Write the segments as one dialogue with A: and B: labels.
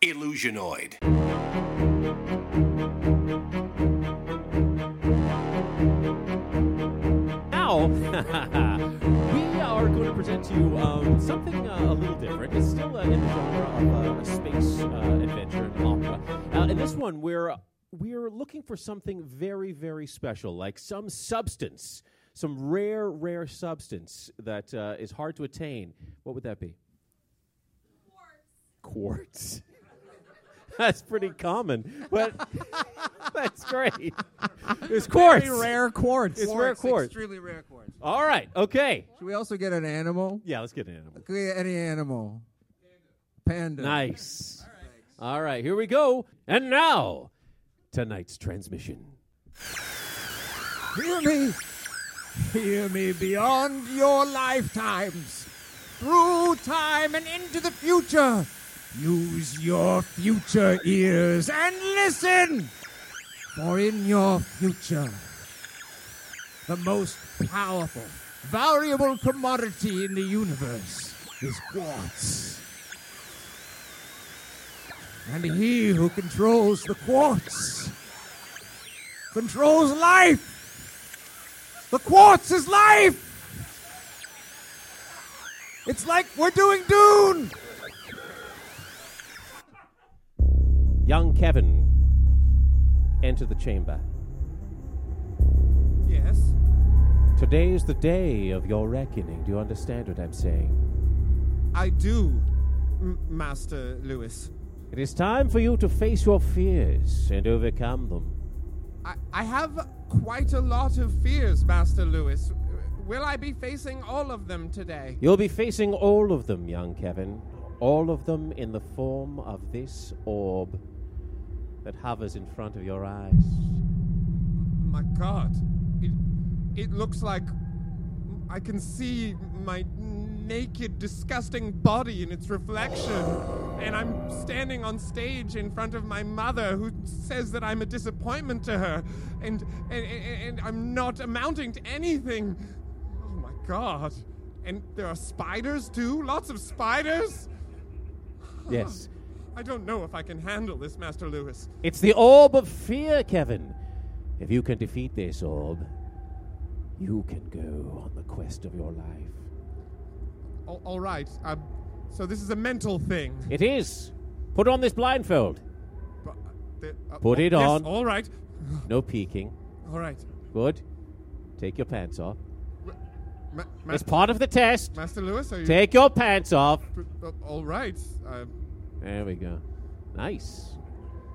A: Illusionoid.
B: Now, we are going to present to you um, something uh, a little different. It's still uh, in the genre of uh, space uh, adventure and opera. Uh, in this one, we're we're looking for something very, very special, like some substance, some rare, rare substance that uh, is hard to attain. What would that be? Quartz. That's pretty common, but that's great. It's quartz.
C: Very rare quartz.
B: It's rare quartz.
C: Extremely rare quartz.
B: All right. Okay.
C: Should we also get an animal?
B: Yeah, let's get an animal.
C: Could we get any animal? Panda.
B: Nice. All right, here we go. And now, tonight's transmission.
C: Hear me. Hear me beyond your lifetimes. Through time and into the future. Use your future ears and listen. For in your future, the most powerful, valuable commodity in the universe is quartz. And he who controls the quartz controls life. The quartz is life. It's like we're doing Dune.
B: Young Kevin, enter the chamber.
C: Yes.
B: Today is the day of your reckoning. Do you understand what I'm saying?
D: I do, M- Master Lewis.
B: It is time for you to face your fears and overcome them.
D: I, I have quite a lot of fears, Master Lewis. Will I be facing all of them today?
B: You'll be facing all of them, young Kevin. All of them in the form of this orb that hovers in front of your eyes.
D: My God, it, it looks like I can see my naked, disgusting body in its reflection. And I'm standing on stage in front of my mother, who says that I'm a disappointment to her, and and, and, and I'm not amounting to anything. Oh my God! And there are spiders too. Lots of spiders.
B: Yes.
D: I don't know if I can handle this, Master Lewis.
B: It's the orb of fear, Kevin. If you can defeat this orb, you can go on the quest of your life.
D: All, all right. Um, so this is a mental thing.
B: It is. Put on this blindfold.
D: But, uh, the- uh,
B: Put it
D: yes,
B: on.
D: All right.
B: No peeking.
D: All right.
B: Good. Take your pants off.
D: Ma- ma-
B: It's part of the test.
D: Master Lewis, are you?
B: Take your pants off.
D: Uh, All right. Uh,
B: There we go. Nice.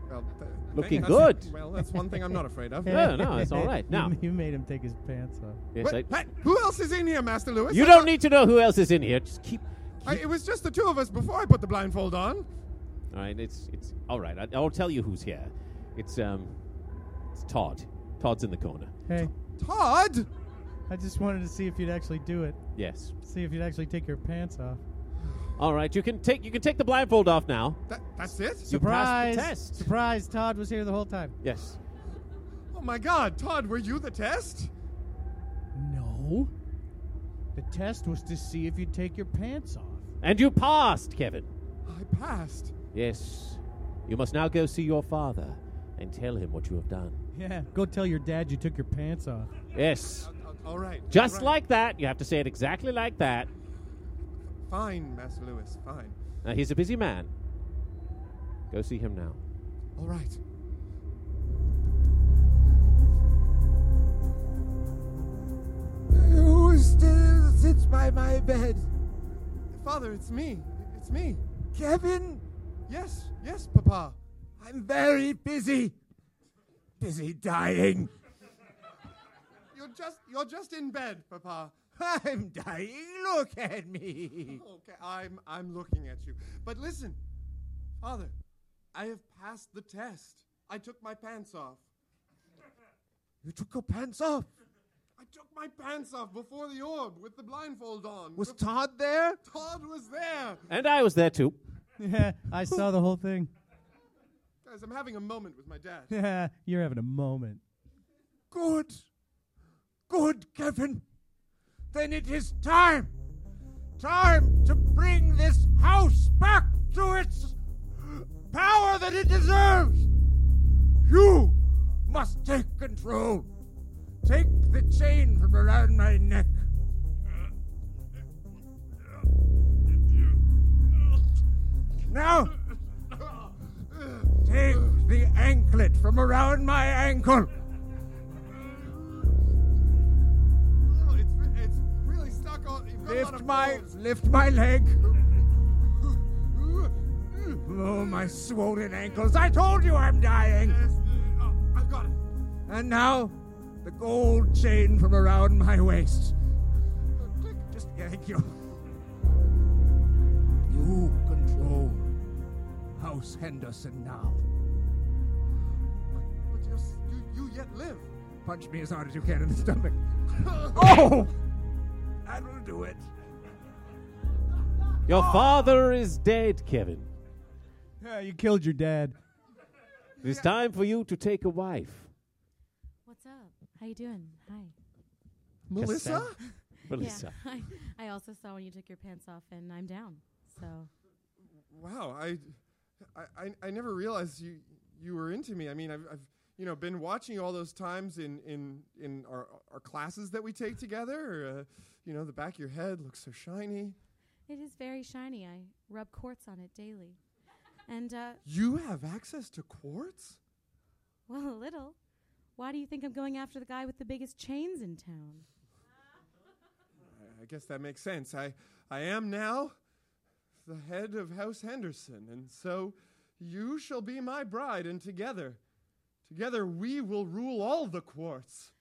D: well, th-
B: Looking
D: thank- that's-
B: good.
D: Well, that's one thing I'm not afraid of.
B: Yeah, no, it's all right. Now,
E: you made him take his pants off.
B: yes,
D: What-
B: I-
D: hey, who else is in here, Master Lewis?
B: you
D: I
B: don't
D: thought-
B: need to know who else is in here. Just keep.
D: I, it was just the two of us before I put the blindfold on.
B: All right, it's it's all right. I, I'll tell you who's here. It's um, it's Todd. Todd's in the corner.
E: Hey,
D: Todd.
E: I just wanted to see if you'd actually do it.
B: Yes.
E: See if you'd actually take your pants off.
B: All right, you can take you can take the blindfold off now.
D: That, that's it.
B: You passed
E: Surprise!
B: the test.
E: Surprise! Todd was here the whole time.
B: Yes.
D: Oh my God, Todd, were you the test?
E: No. The test was to see if you'd take your pants off.
B: And you passed, Kevin.
D: I passed.
B: Yes. You must now go see your father and tell him what you have done.
E: Yeah. Go tell your dad you took your pants off.
B: Yes.
D: All right.
B: Just
D: all right.
B: like that. You have to say it exactly like that.
D: Fine, Master Lewis. Fine.
B: Now, Uh, he's a busy man. Go see him now.
D: All right.
C: Who still sits by my bed?
D: Father, it's me. It's me.
C: Kevin?
D: Yes, yes, Papa.
C: I'm very busy. Busy dying.
D: You're just you're just in bed, Papa.
F: I'm dying. Look at me.
D: Okay, I'm I'm looking at you. But listen, Father, I have passed the test. I took my pants off.
F: You took your pants off.
D: I took my pants off before the orb with the blindfold on.
F: Was Todd there?
D: Todd was there.
B: And I was there too.
E: Yeah, I saw the whole thing.
D: Guys, I'm having a moment with my dad.
E: Yeah, you're having a moment.
F: Good. Good, Kevin. Then it is time. Time to bring this house back to its power that it deserves. You must take control. Take the chain from around my neck. Now, take the anklet from around my ankle.
D: Oh, it's, re- it's really stuck on. You've got a lot
F: Lift
D: of
F: my
D: folds.
F: lift my leg. Oh my swollen ankles. I told you I'm dying.
D: Yes, uh, oh, I've got it.
F: And now the gold chain from around my waist. Just thank you. You control House Henderson now.
D: But, but you're, s- you you yet live.
F: Punch me as hard as you can in the stomach. Oh! I will do it.
B: Your father is dead, Kevin.
E: Yeah, you killed your dad.
B: It is time for you to take a wife.
G: What's up? How you doing? Hi.
D: Melissa?
B: Melissa.
G: Yeah. I, I also saw when you took your pants off, and I'm down. So
D: Wow, I, I, I- I never realized you you were into me. I mean, I've, I've you know been watching you all those times in in in our our classes that we take together. Uh, you know, the back of your head looks so shiny.
G: it is very shiny. I rub quartz on it daily, and uh,
D: You have access to quartz.
G: well, a little. Why do you think I'm going after the guy with the biggest chains in town?
D: I- I guess that makes sense. I I am now the head of House Henderson, and so you shall be my bride, and together, together we will rule all the quartz.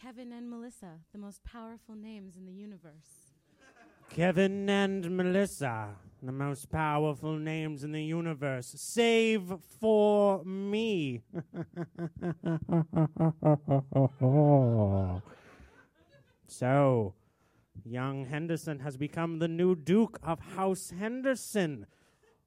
G: Kevin and Melissa, the most powerful names in the universe.
H: Kevin and Melissa, the most powerful names in the universe, save for me. so, young Henderson has become the new Duke of House Henderson.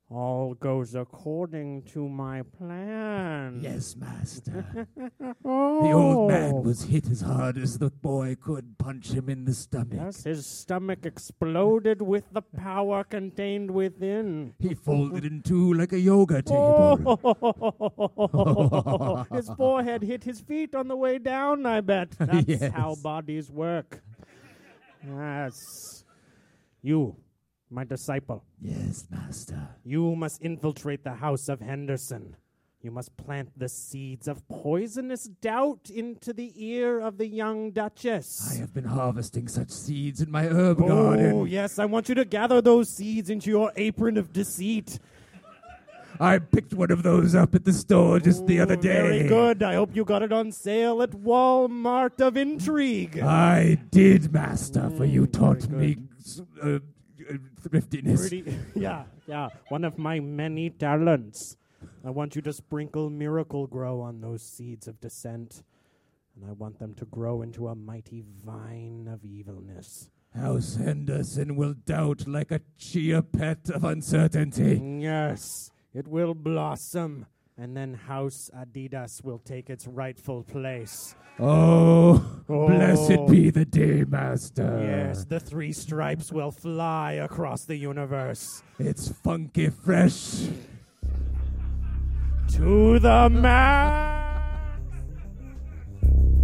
H: All goes according to my plan.
F: Yes, master. The old man
H: Oh.
F: was hit as hard as the boy could punch him in the stomach.
H: Yes, his stomach exploded with the power contained within.
F: He folded in two like a yoga
H: Oh.
F: table.
H: his forehead hit his feet on the way down, I bet. That's
F: Yes.
H: how bodies work. Yes. You, my disciple,
F: Yes, master.
H: you must infiltrate the house of Henderson. You must plant the seeds of poisonous doubt into the ear of the young Duchess.
F: I have been harvesting such seeds in my herb
H: Oh,
F: garden.
H: yes, I want you to gather those seeds into your apron of deceit.
F: I picked one of those up at the store just the other
H: Ooh,
F: day.
H: Very good. I hope you got it on sale at Walmart of Intrigue.
F: I did, master, for you taught
H: very
F: me s- uh, uh, thriftiness.
H: Pretty, yeah, yeah. One of my many talents. I want you to sprinkle miracle grow on those seeds of dissent, and I want them to grow into a mighty vine of evilness.
F: House Henderson will doubt like a chia pet of uncertainty.
H: Mm, Yes, it will blossom, and then House Adidas will take its rightful place.
F: Oh, blessed
H: Oh.
F: be the day, master.
H: Yes, the three stripes will fly across the universe.
F: It's funky fresh.
H: Mm. To the max!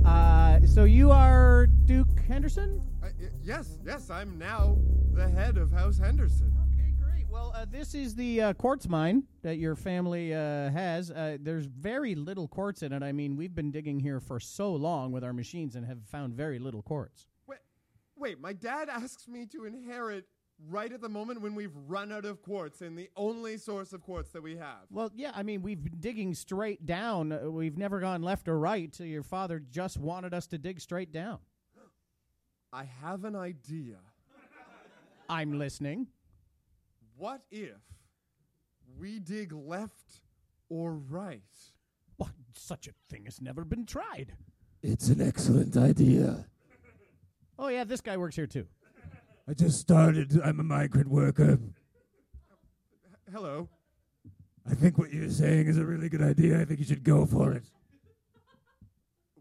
E: Uh, so you are Duke Henderson?
D: I, y- yes, yes, I'm now the head of House Henderson.
E: Okay, great. Well, uh, this is the uh, quartz mine that your family uh, has. Uh, there's very little quartz in it. I mean, we've been digging here for so long with our machines and have found very little quartz.
D: Wait, wait, my dad asks me to inherit right at the moment when we've run out of quartz and the only source of quartz that we have.
E: Well, yeah, I mean, we've been digging straight down. Uh, We've never gone left or right. So your father just wanted us to dig straight down.
D: I have an idea.
E: I'm listening.
D: What if we dig left or right?
E: What? Such a thing has never been tried.
C: It's an excellent idea.
E: Oh, yeah, this guy works here too.
C: I just started. I'm a migrant worker.
D: Hello.
C: I think what you're saying is a really good idea. I think you should go for it.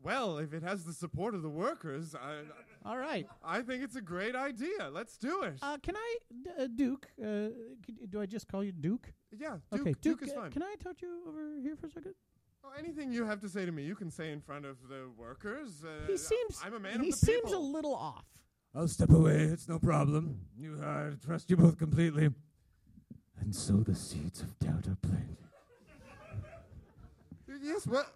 D: Well, if it has the support of the workers, I,
E: All right.
D: I think it's a great idea. Let's do it.
E: Uh, can I, D- uh, Duke? Uh, could, do I just call you Duke?
D: yeah, Duke,
E: okay,
D: Duke, is
E: uh,
D: fine.
E: Can I touch you over here for a second?
D: Oh, anything you have to say to me, you can say in front of the workers. Uh,
E: He seems.
D: I'm a man
E: He
D: of the
E: seems
D: people.
E: a little off.
C: I'll step away. It's no problem. You, uh, I trust you both completely. And so the seeds of doubt are planted.
D: Yes, what?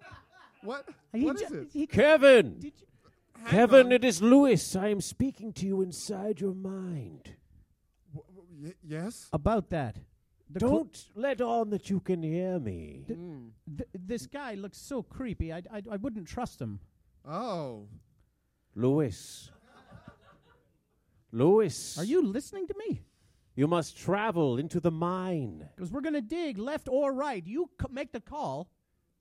D: What?
E: He
D: what
E: ju-
D: is it?
E: he-
I: Kevin!
E: did you-
D: Hang
I: Kevin,
D: on.
I: it is Lewis. I am speaking to you inside your mind.
D: W- w- y- yes?
E: about that. The cl-
I: Don't let on that you can hear me.
D: Hmm.
E: th- this guy looks so creepy. I, I I wouldn't trust him.
D: Oh.
I: Lewis. Lewis.
E: Are you listening to me?
I: You must travel into the mine,
E: Because we're gonna dig left or right. You c- make the call.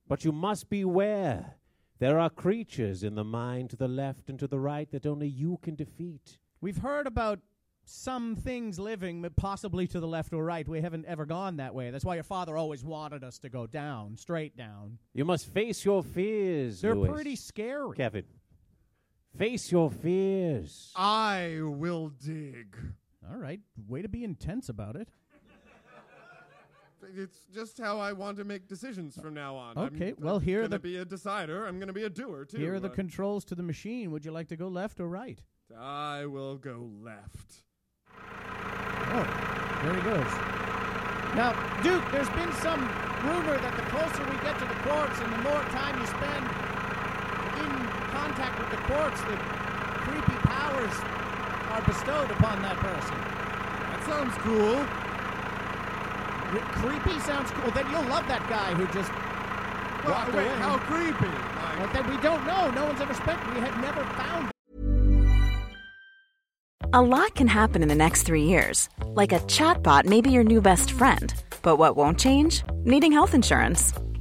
I: but you must beware. There are creatures in the mine to the left and to the right that only you can defeat.
E: We've heard about some things living but possibly to the left or right. We haven't ever gone that way. That's why your father always wanted us to go down, straight down.
I: You must face your fears.
E: They're
I: Lewis.
E: pretty scary.
I: Kevin. Face your fears.
D: I will dig.
E: All right, way to be intense about it.
D: It's just how I want to make decisions from now on.
E: Okay,
D: I'm,
E: well,
D: I'm
E: here are
D: gonna
E: the-
D: be a decider. I'm gonna be a doer too.
E: Here are the
D: Uh,
E: controls to the machine. Would you like to go left or right?
D: I will go left.
E: Oh, there he goes. Now, Duke, there's been some rumor that the closer we get to the quartz and the more time you spend in contact with the quartz, the creepy powers are bestowed upon that person.
D: That sounds cool.
E: Re- creepy sounds cool. Then you'll love that guy who just.
D: Well,
E: Walked
D: wait,
E: away.
D: how creepy! Like,
E: Well, then we don't know. No one's ever spent. We have never found
J: A lot can happen in the next three years. Like a chatbot may be your new best friend. But what won't change? Needing health insurance.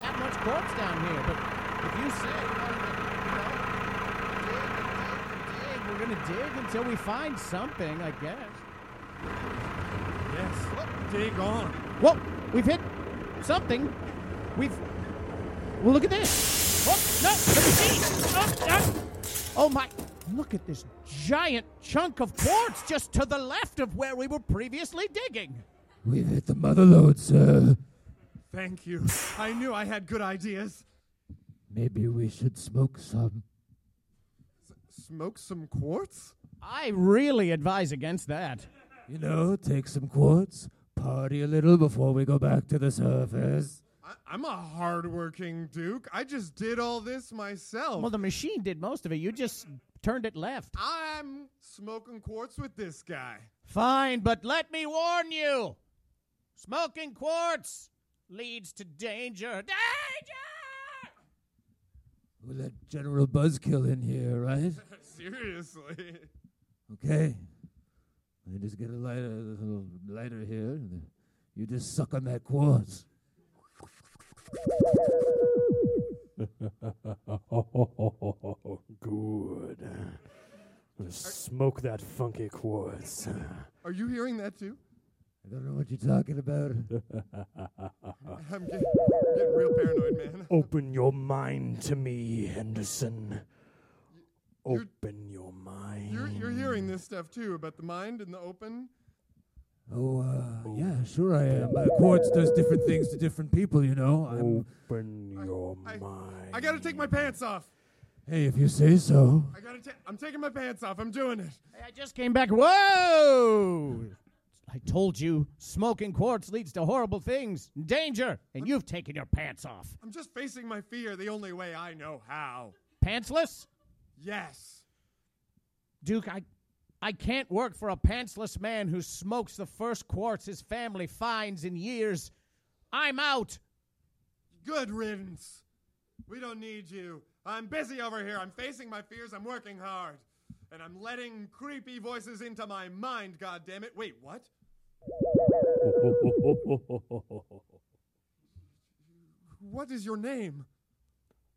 E: that much quartz down here. But if you say we're gonna, you know, dig and dig and dig, we're gonna dig until we find something, I guess.
D: yes, dig on.
E: Whoa, we've hit something. We've. Well, look at this. Oh, no, the machine. Oh, no. oh, my. Look at this giant chunk of quartz just to the left of where we were previously digging.
C: We've hit the mother lode, sir.
D: Thank you. I knew I had good ideas.
C: Maybe we should smoke some.
D: Smoke some quartz.
E: I really advise against that.
C: You know, take some quartz, party a little before we go back to the surface.
D: I, I'm a hardworking duke. I just did all this myself.
E: Well, the machine did most of it. You just turned it left.
D: I'm smoking quartz with this guy.
E: Fine, but let me warn you smoking quartz leads to danger. Danger!
C: We'll let General Buzzkill in here, right?
D: Seriously.
C: Okay. I just get a lighter, a little lighter here. and You just suck on that quartz.
K: Good. Smoke that funky quartz.
D: Are you hearing that too?
C: I don't know what you're talking about.
D: I'm get- getting real paranoid, man.
K: Open your mind to me, Henderson. Open your mind.
D: You're, you're hearing this stuff too about the mind and the open.
C: Oh, uh, yeah, sure I am. Uh, quartz does different things to different people, you know. I'm,
K: Open your
D: I,
K: mind.
D: I gotta take my pants off.
C: hey, if you say so.
D: I gotta. Ta- I'm taking my pants off. I'm doing it.
E: Hey, I just came back. Whoa! I told you, smoking quartz leads to horrible things, danger, and you've taken your pants off.
D: I'm just facing my fear the only way I know how.
E: Pantsless?
D: Yes.
E: Duke, I, I can't work for a pantsless man who smokes the first quartz his family finds in years. I'm out.
D: Good riddance. We don't need you. I'm busy over here. I'm facing my fears. I'm working hard. And I'm letting creepy voices into my mind, goddammit. Wait, what? What is your name?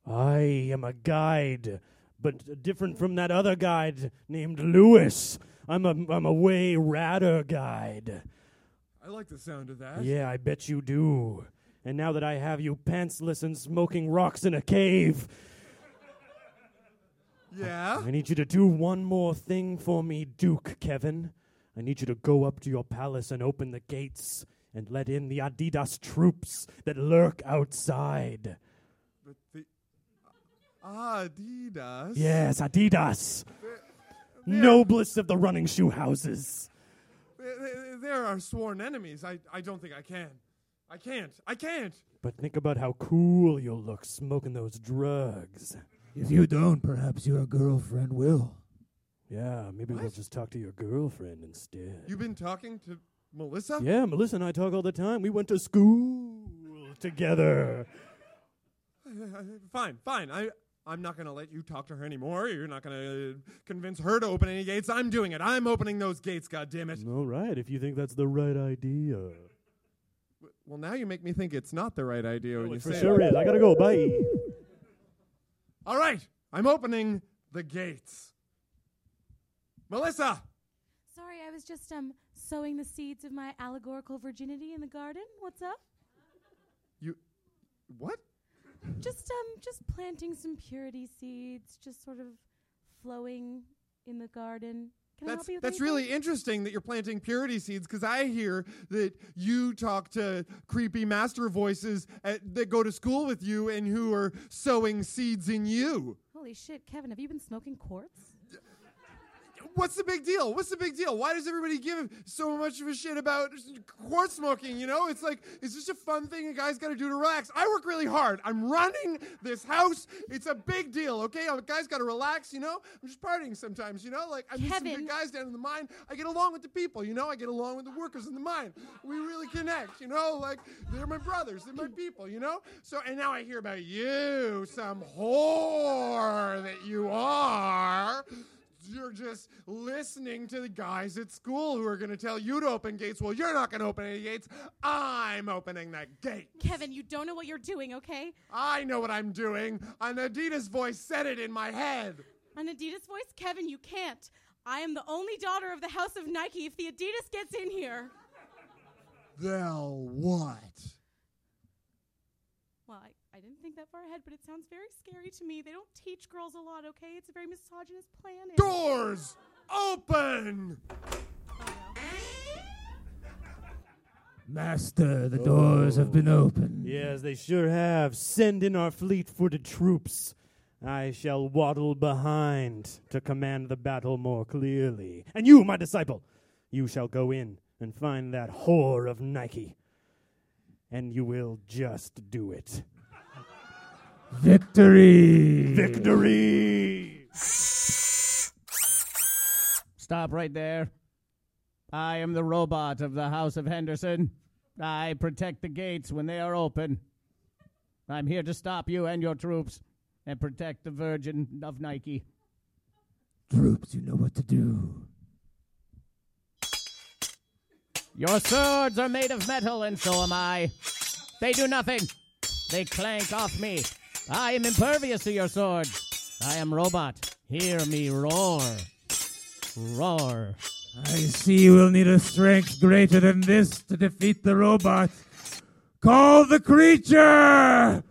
K: I am a guide, but different from that other guide named Lewis. I'm a I'm a way radder guide.
D: I like the sound of that.
K: Yeah, I bet you do. And now that I have you pantsless and smoking rocks in a cave,
D: Yeah?
K: I need you to do one more thing for me, Duke Kevin. I need you to go up to your palace and open the gates and let in the Adidas troops that lurk outside.
D: But the ah, Adidas.
K: Yes, Adidas. Noblest of the running shoe houses.
D: Th- th- They're our sworn enemies. I, I don't think I can. I can't. I can't.
K: But think about how cool you'll look smoking those drugs.
C: If you don't, perhaps your girlfriend will.
K: Yeah, maybe we'll just talk to your girlfriend instead.
D: You've been talking to Melissa?
K: Yeah, Melissa and I talk all the time. We went to school together.
D: Fine, fine. I, I'm not going to let you talk to her anymore. You're not going to convince her to open any gates. I'm doing it. I'm opening those gates, goddammit.
K: All right, if you think that's the right idea.
D: Well, now you make me think it's not the right idea when you
K: For
D: say
K: sure
D: it.
K: is. I gotta go. Bye.
D: All right. I'm opening the gates. Melissa!
G: Sorry, I was just um sowing the seeds of my allegorical virginity in the garden. What's up?
D: You. What?
G: Just um just planting some purity seeds, just sort of flowing in the garden. Can I
D: That's,
G: help you with
D: that's
G: anything?
D: really interesting that you're planting purity seeds because I hear that you talk to creepy master voices at, that go to school with you and who are sowing seeds in you.
G: Holy shit, Kevin, have you been smoking quartz?
D: What's the big deal? What's the big deal? Why does everybody give so much of a shit about quart smoking? You know, it's like it's just a fun thing a guy's got to do to relax. I work really hard. I'm running this house. It's a big deal, okay? A guy's got to relax. You know, I'm just partying sometimes. You know, like I meet some
G: Kevin.
D: good guys down in the mine. I get along with the people. You know, I get along with the workers in the mine. We really connect. You know, like they're my brothers. They're my people. You know. So and now I hear about you, some whore that you are you're just listening to the guys at school who are going to tell you to open gates. Well, you're not going to open any gates. I'm opening that gate.
G: Kevin, you don't know what you're doing, okay?
D: I know what I'm doing. An Adidas voice said it in my head.
G: An Adidas voice? Kevin, you can't. I am the only daughter of the house of Nike. If the Adidas gets in here.
D: They'll what?
G: Well, I, I didn't think that far ahead, but it sounds very scary to me. They don't teach girls a lot, okay? It's a very misogynist planet.
D: Doors open!
C: Master, the doors have been opened.
K: Yes, they sure have. Send in our fleet footed troops. I shall waddle behind to command the battle more clearly. And you, my disciple, you shall go in and find that whore of Nike. And you will just do it.
C: Victory!
K: Victory!
E: Stop right there. I am the robot of the House of Henderson. I protect the gates when they are open. I'm here to stop you and your troops and protect the Virgin of Nike.
C: Troops, you know what to do.
E: Your swords are made of metal, and so am I. They do nothing. They clank off me. I am impervious to your swords. I am robot. Hear me roar. Roar.
C: I see we'll need a strength greater than this to defeat the robot. Call the creature!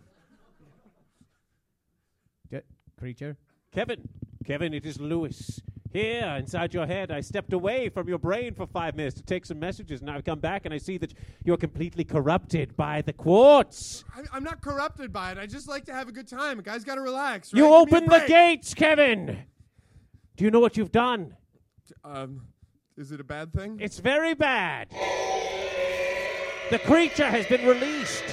E: D- creature?
I: Kevin, Kevin, it is Lewis. Here, inside your head, I stepped away from your brain for five minutes to take some messages, and I've come back and I see that you're completely corrupted by the quartz.
D: I, I'm not corrupted by it. I just like to have a good time. A guy's got to relax.
I: You
D: right? Give me a
I: opened the
D: break.
I: gates, Kevin! Do you know what you've done?
D: Um, Is it a bad thing?
I: It's very bad. The creature has been released.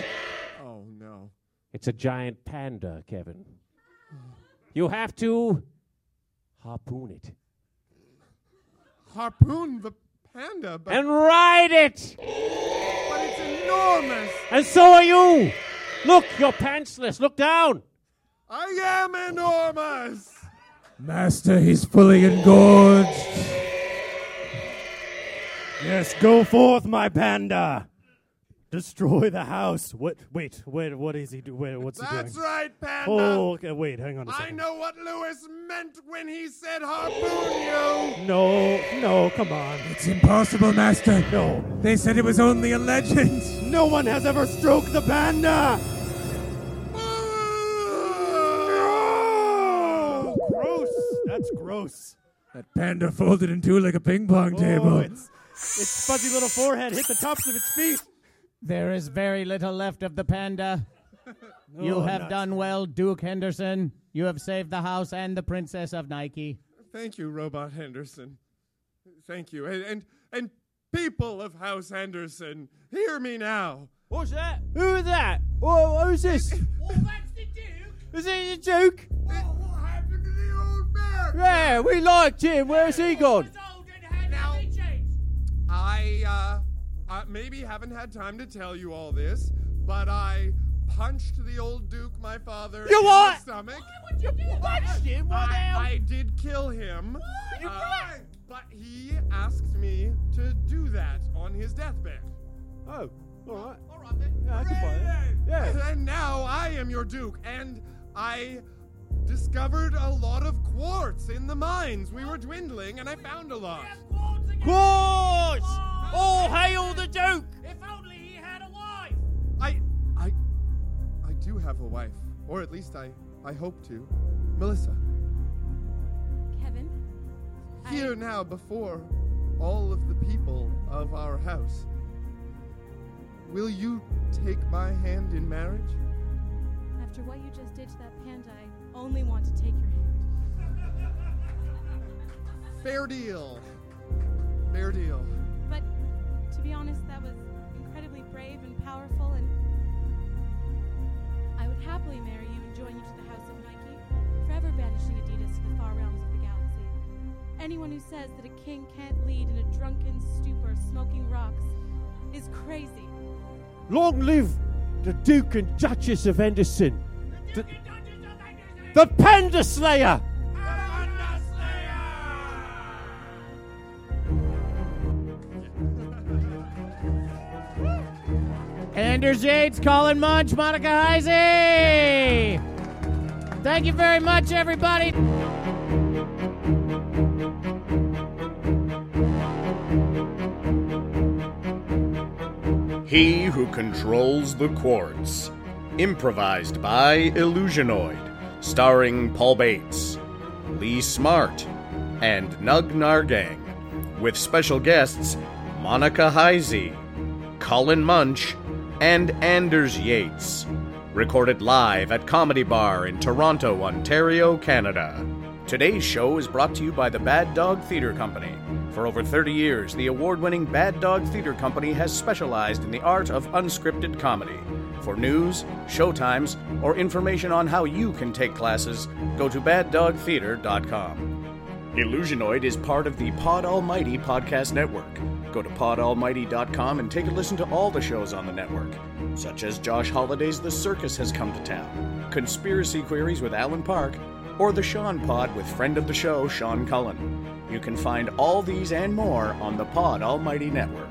D: Oh no.
I: It's a giant panda, Kevin. You have to harpoon it
D: Harpoon the panda, but
I: and ride it.
D: but it's enormous.
I: And so are you. Look, you're pantsless. Look down.
D: I am enormous.
C: Master, he's fully engorged.
K: Yes, go forth, my panda. Destroy the house. What? Wait, wait. What is he do? Wait, what's
D: That's
K: he doing?
D: right, panda.
K: Oh, okay, wait. Hang on a
D: I
K: second.
D: know what Lewis meant when he said harpoon you.
K: No, no. Come on.
C: It's impossible, Master.
K: No.
C: They said it was only a legend.
K: No one has ever stroked the panda. No! Gross. That's gross.
C: That panda folded in two like a ping pong
K: Oh,
C: table.
K: its, its fuzzy little forehead hit the tops of its feet.
F: There is very little left of the panda. you
K: Oh,
F: have
K: nuts.
F: done well, Duke Henderson. You have saved the house and the princess of Nike.
D: Thank you, Robot Henderson. Thank you. And and, and people of House Henderson, hear me now.
B: What's that? Who is that? Oh, who's this? Is it the Duke? Yeah, we liked him. Where's he gone?
D: I uh, uh, maybe haven't had time to tell you all this, but I punched the old Duke, my father,
B: You
D: in
B: what?
D: the stomach.
B: You punched him. What the hell?
D: I, I did kill him,
B: You
D: uh,
B: what?
D: but he asked me to do that on his deathbed.
B: Oh, all right.
D: All right, then.
B: Yeah, I can buy that.
D: Hooray!
B: Yeah.
D: And now I am your duke, and I discovered a lot of quartz in the mines. We were dwindling, and I found a lot.
B: Quartz! All hail the Duke!
F: If only he had a wife!
D: I, I, I do have a wife, or at least I, I hope to. Melissa,
G: Kevin,
D: here now before all of the people of our house. Will you take my hand in marriage?
G: after what you just did to that panda, I only want to take your hand.
D: Fair deal. Fair deal.
G: But to be honest, that was incredibly brave and powerful, and I would happily marry you and join you to the House of Nike, forever banishing Adidas to the far realms of the galaxy. Anyone who says that a king can't lead in a drunken stupor smoking rocks is crazy.
B: Long live the Duke and Duchess of Henderson. The, the Panda Slayer!
F: Anders Yates, Colin Munch, Monica Heisey! Thank you very much, everybody.
L: He Who Controls the Quartz. Improvised by Illusionoid. Starring Paul Bates, Lee Smart, and Nug Nargang. With special guests Monica Heisey, Colin Munch, and Anders Yates. Recorded live at Comedy Bar in Toronto, Ontario, Canada. Today's show is brought to you by the Bad Dog Theatre Company. For over 30 years, the award winning Bad Dog Theatre Company has specialized in the art of unscripted comedy. For news, showtimes, or information on how you can take classes, go to baddogtheater.com. Illusionoid is part of the Pod Almighty Podcast Network. Go to podalmighty.com and take a listen to all the shows on the network, such as Josh Holiday's The Circus Has Come to Town, Conspiracy Queries with Alan Park, or The Sean Pod with friend of the show, Sean Cullen. You can find all these and more on the Pod Almighty Network.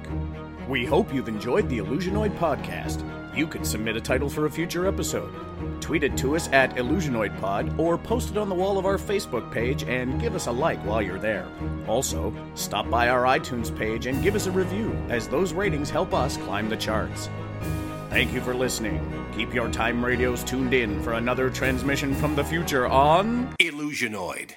L: We hope you've enjoyed the Illusionoid podcast. You can submit a title for a future episode. Tweet it to us at IllusionoidPod or post it on the wall of our Facebook page and give us a like while you're there. Also, stop by our iTunes page and give us a review, as those ratings help us climb the charts. Thank you for listening. Keep your time radios tuned in for another transmission from the future on
A: Illusionoid.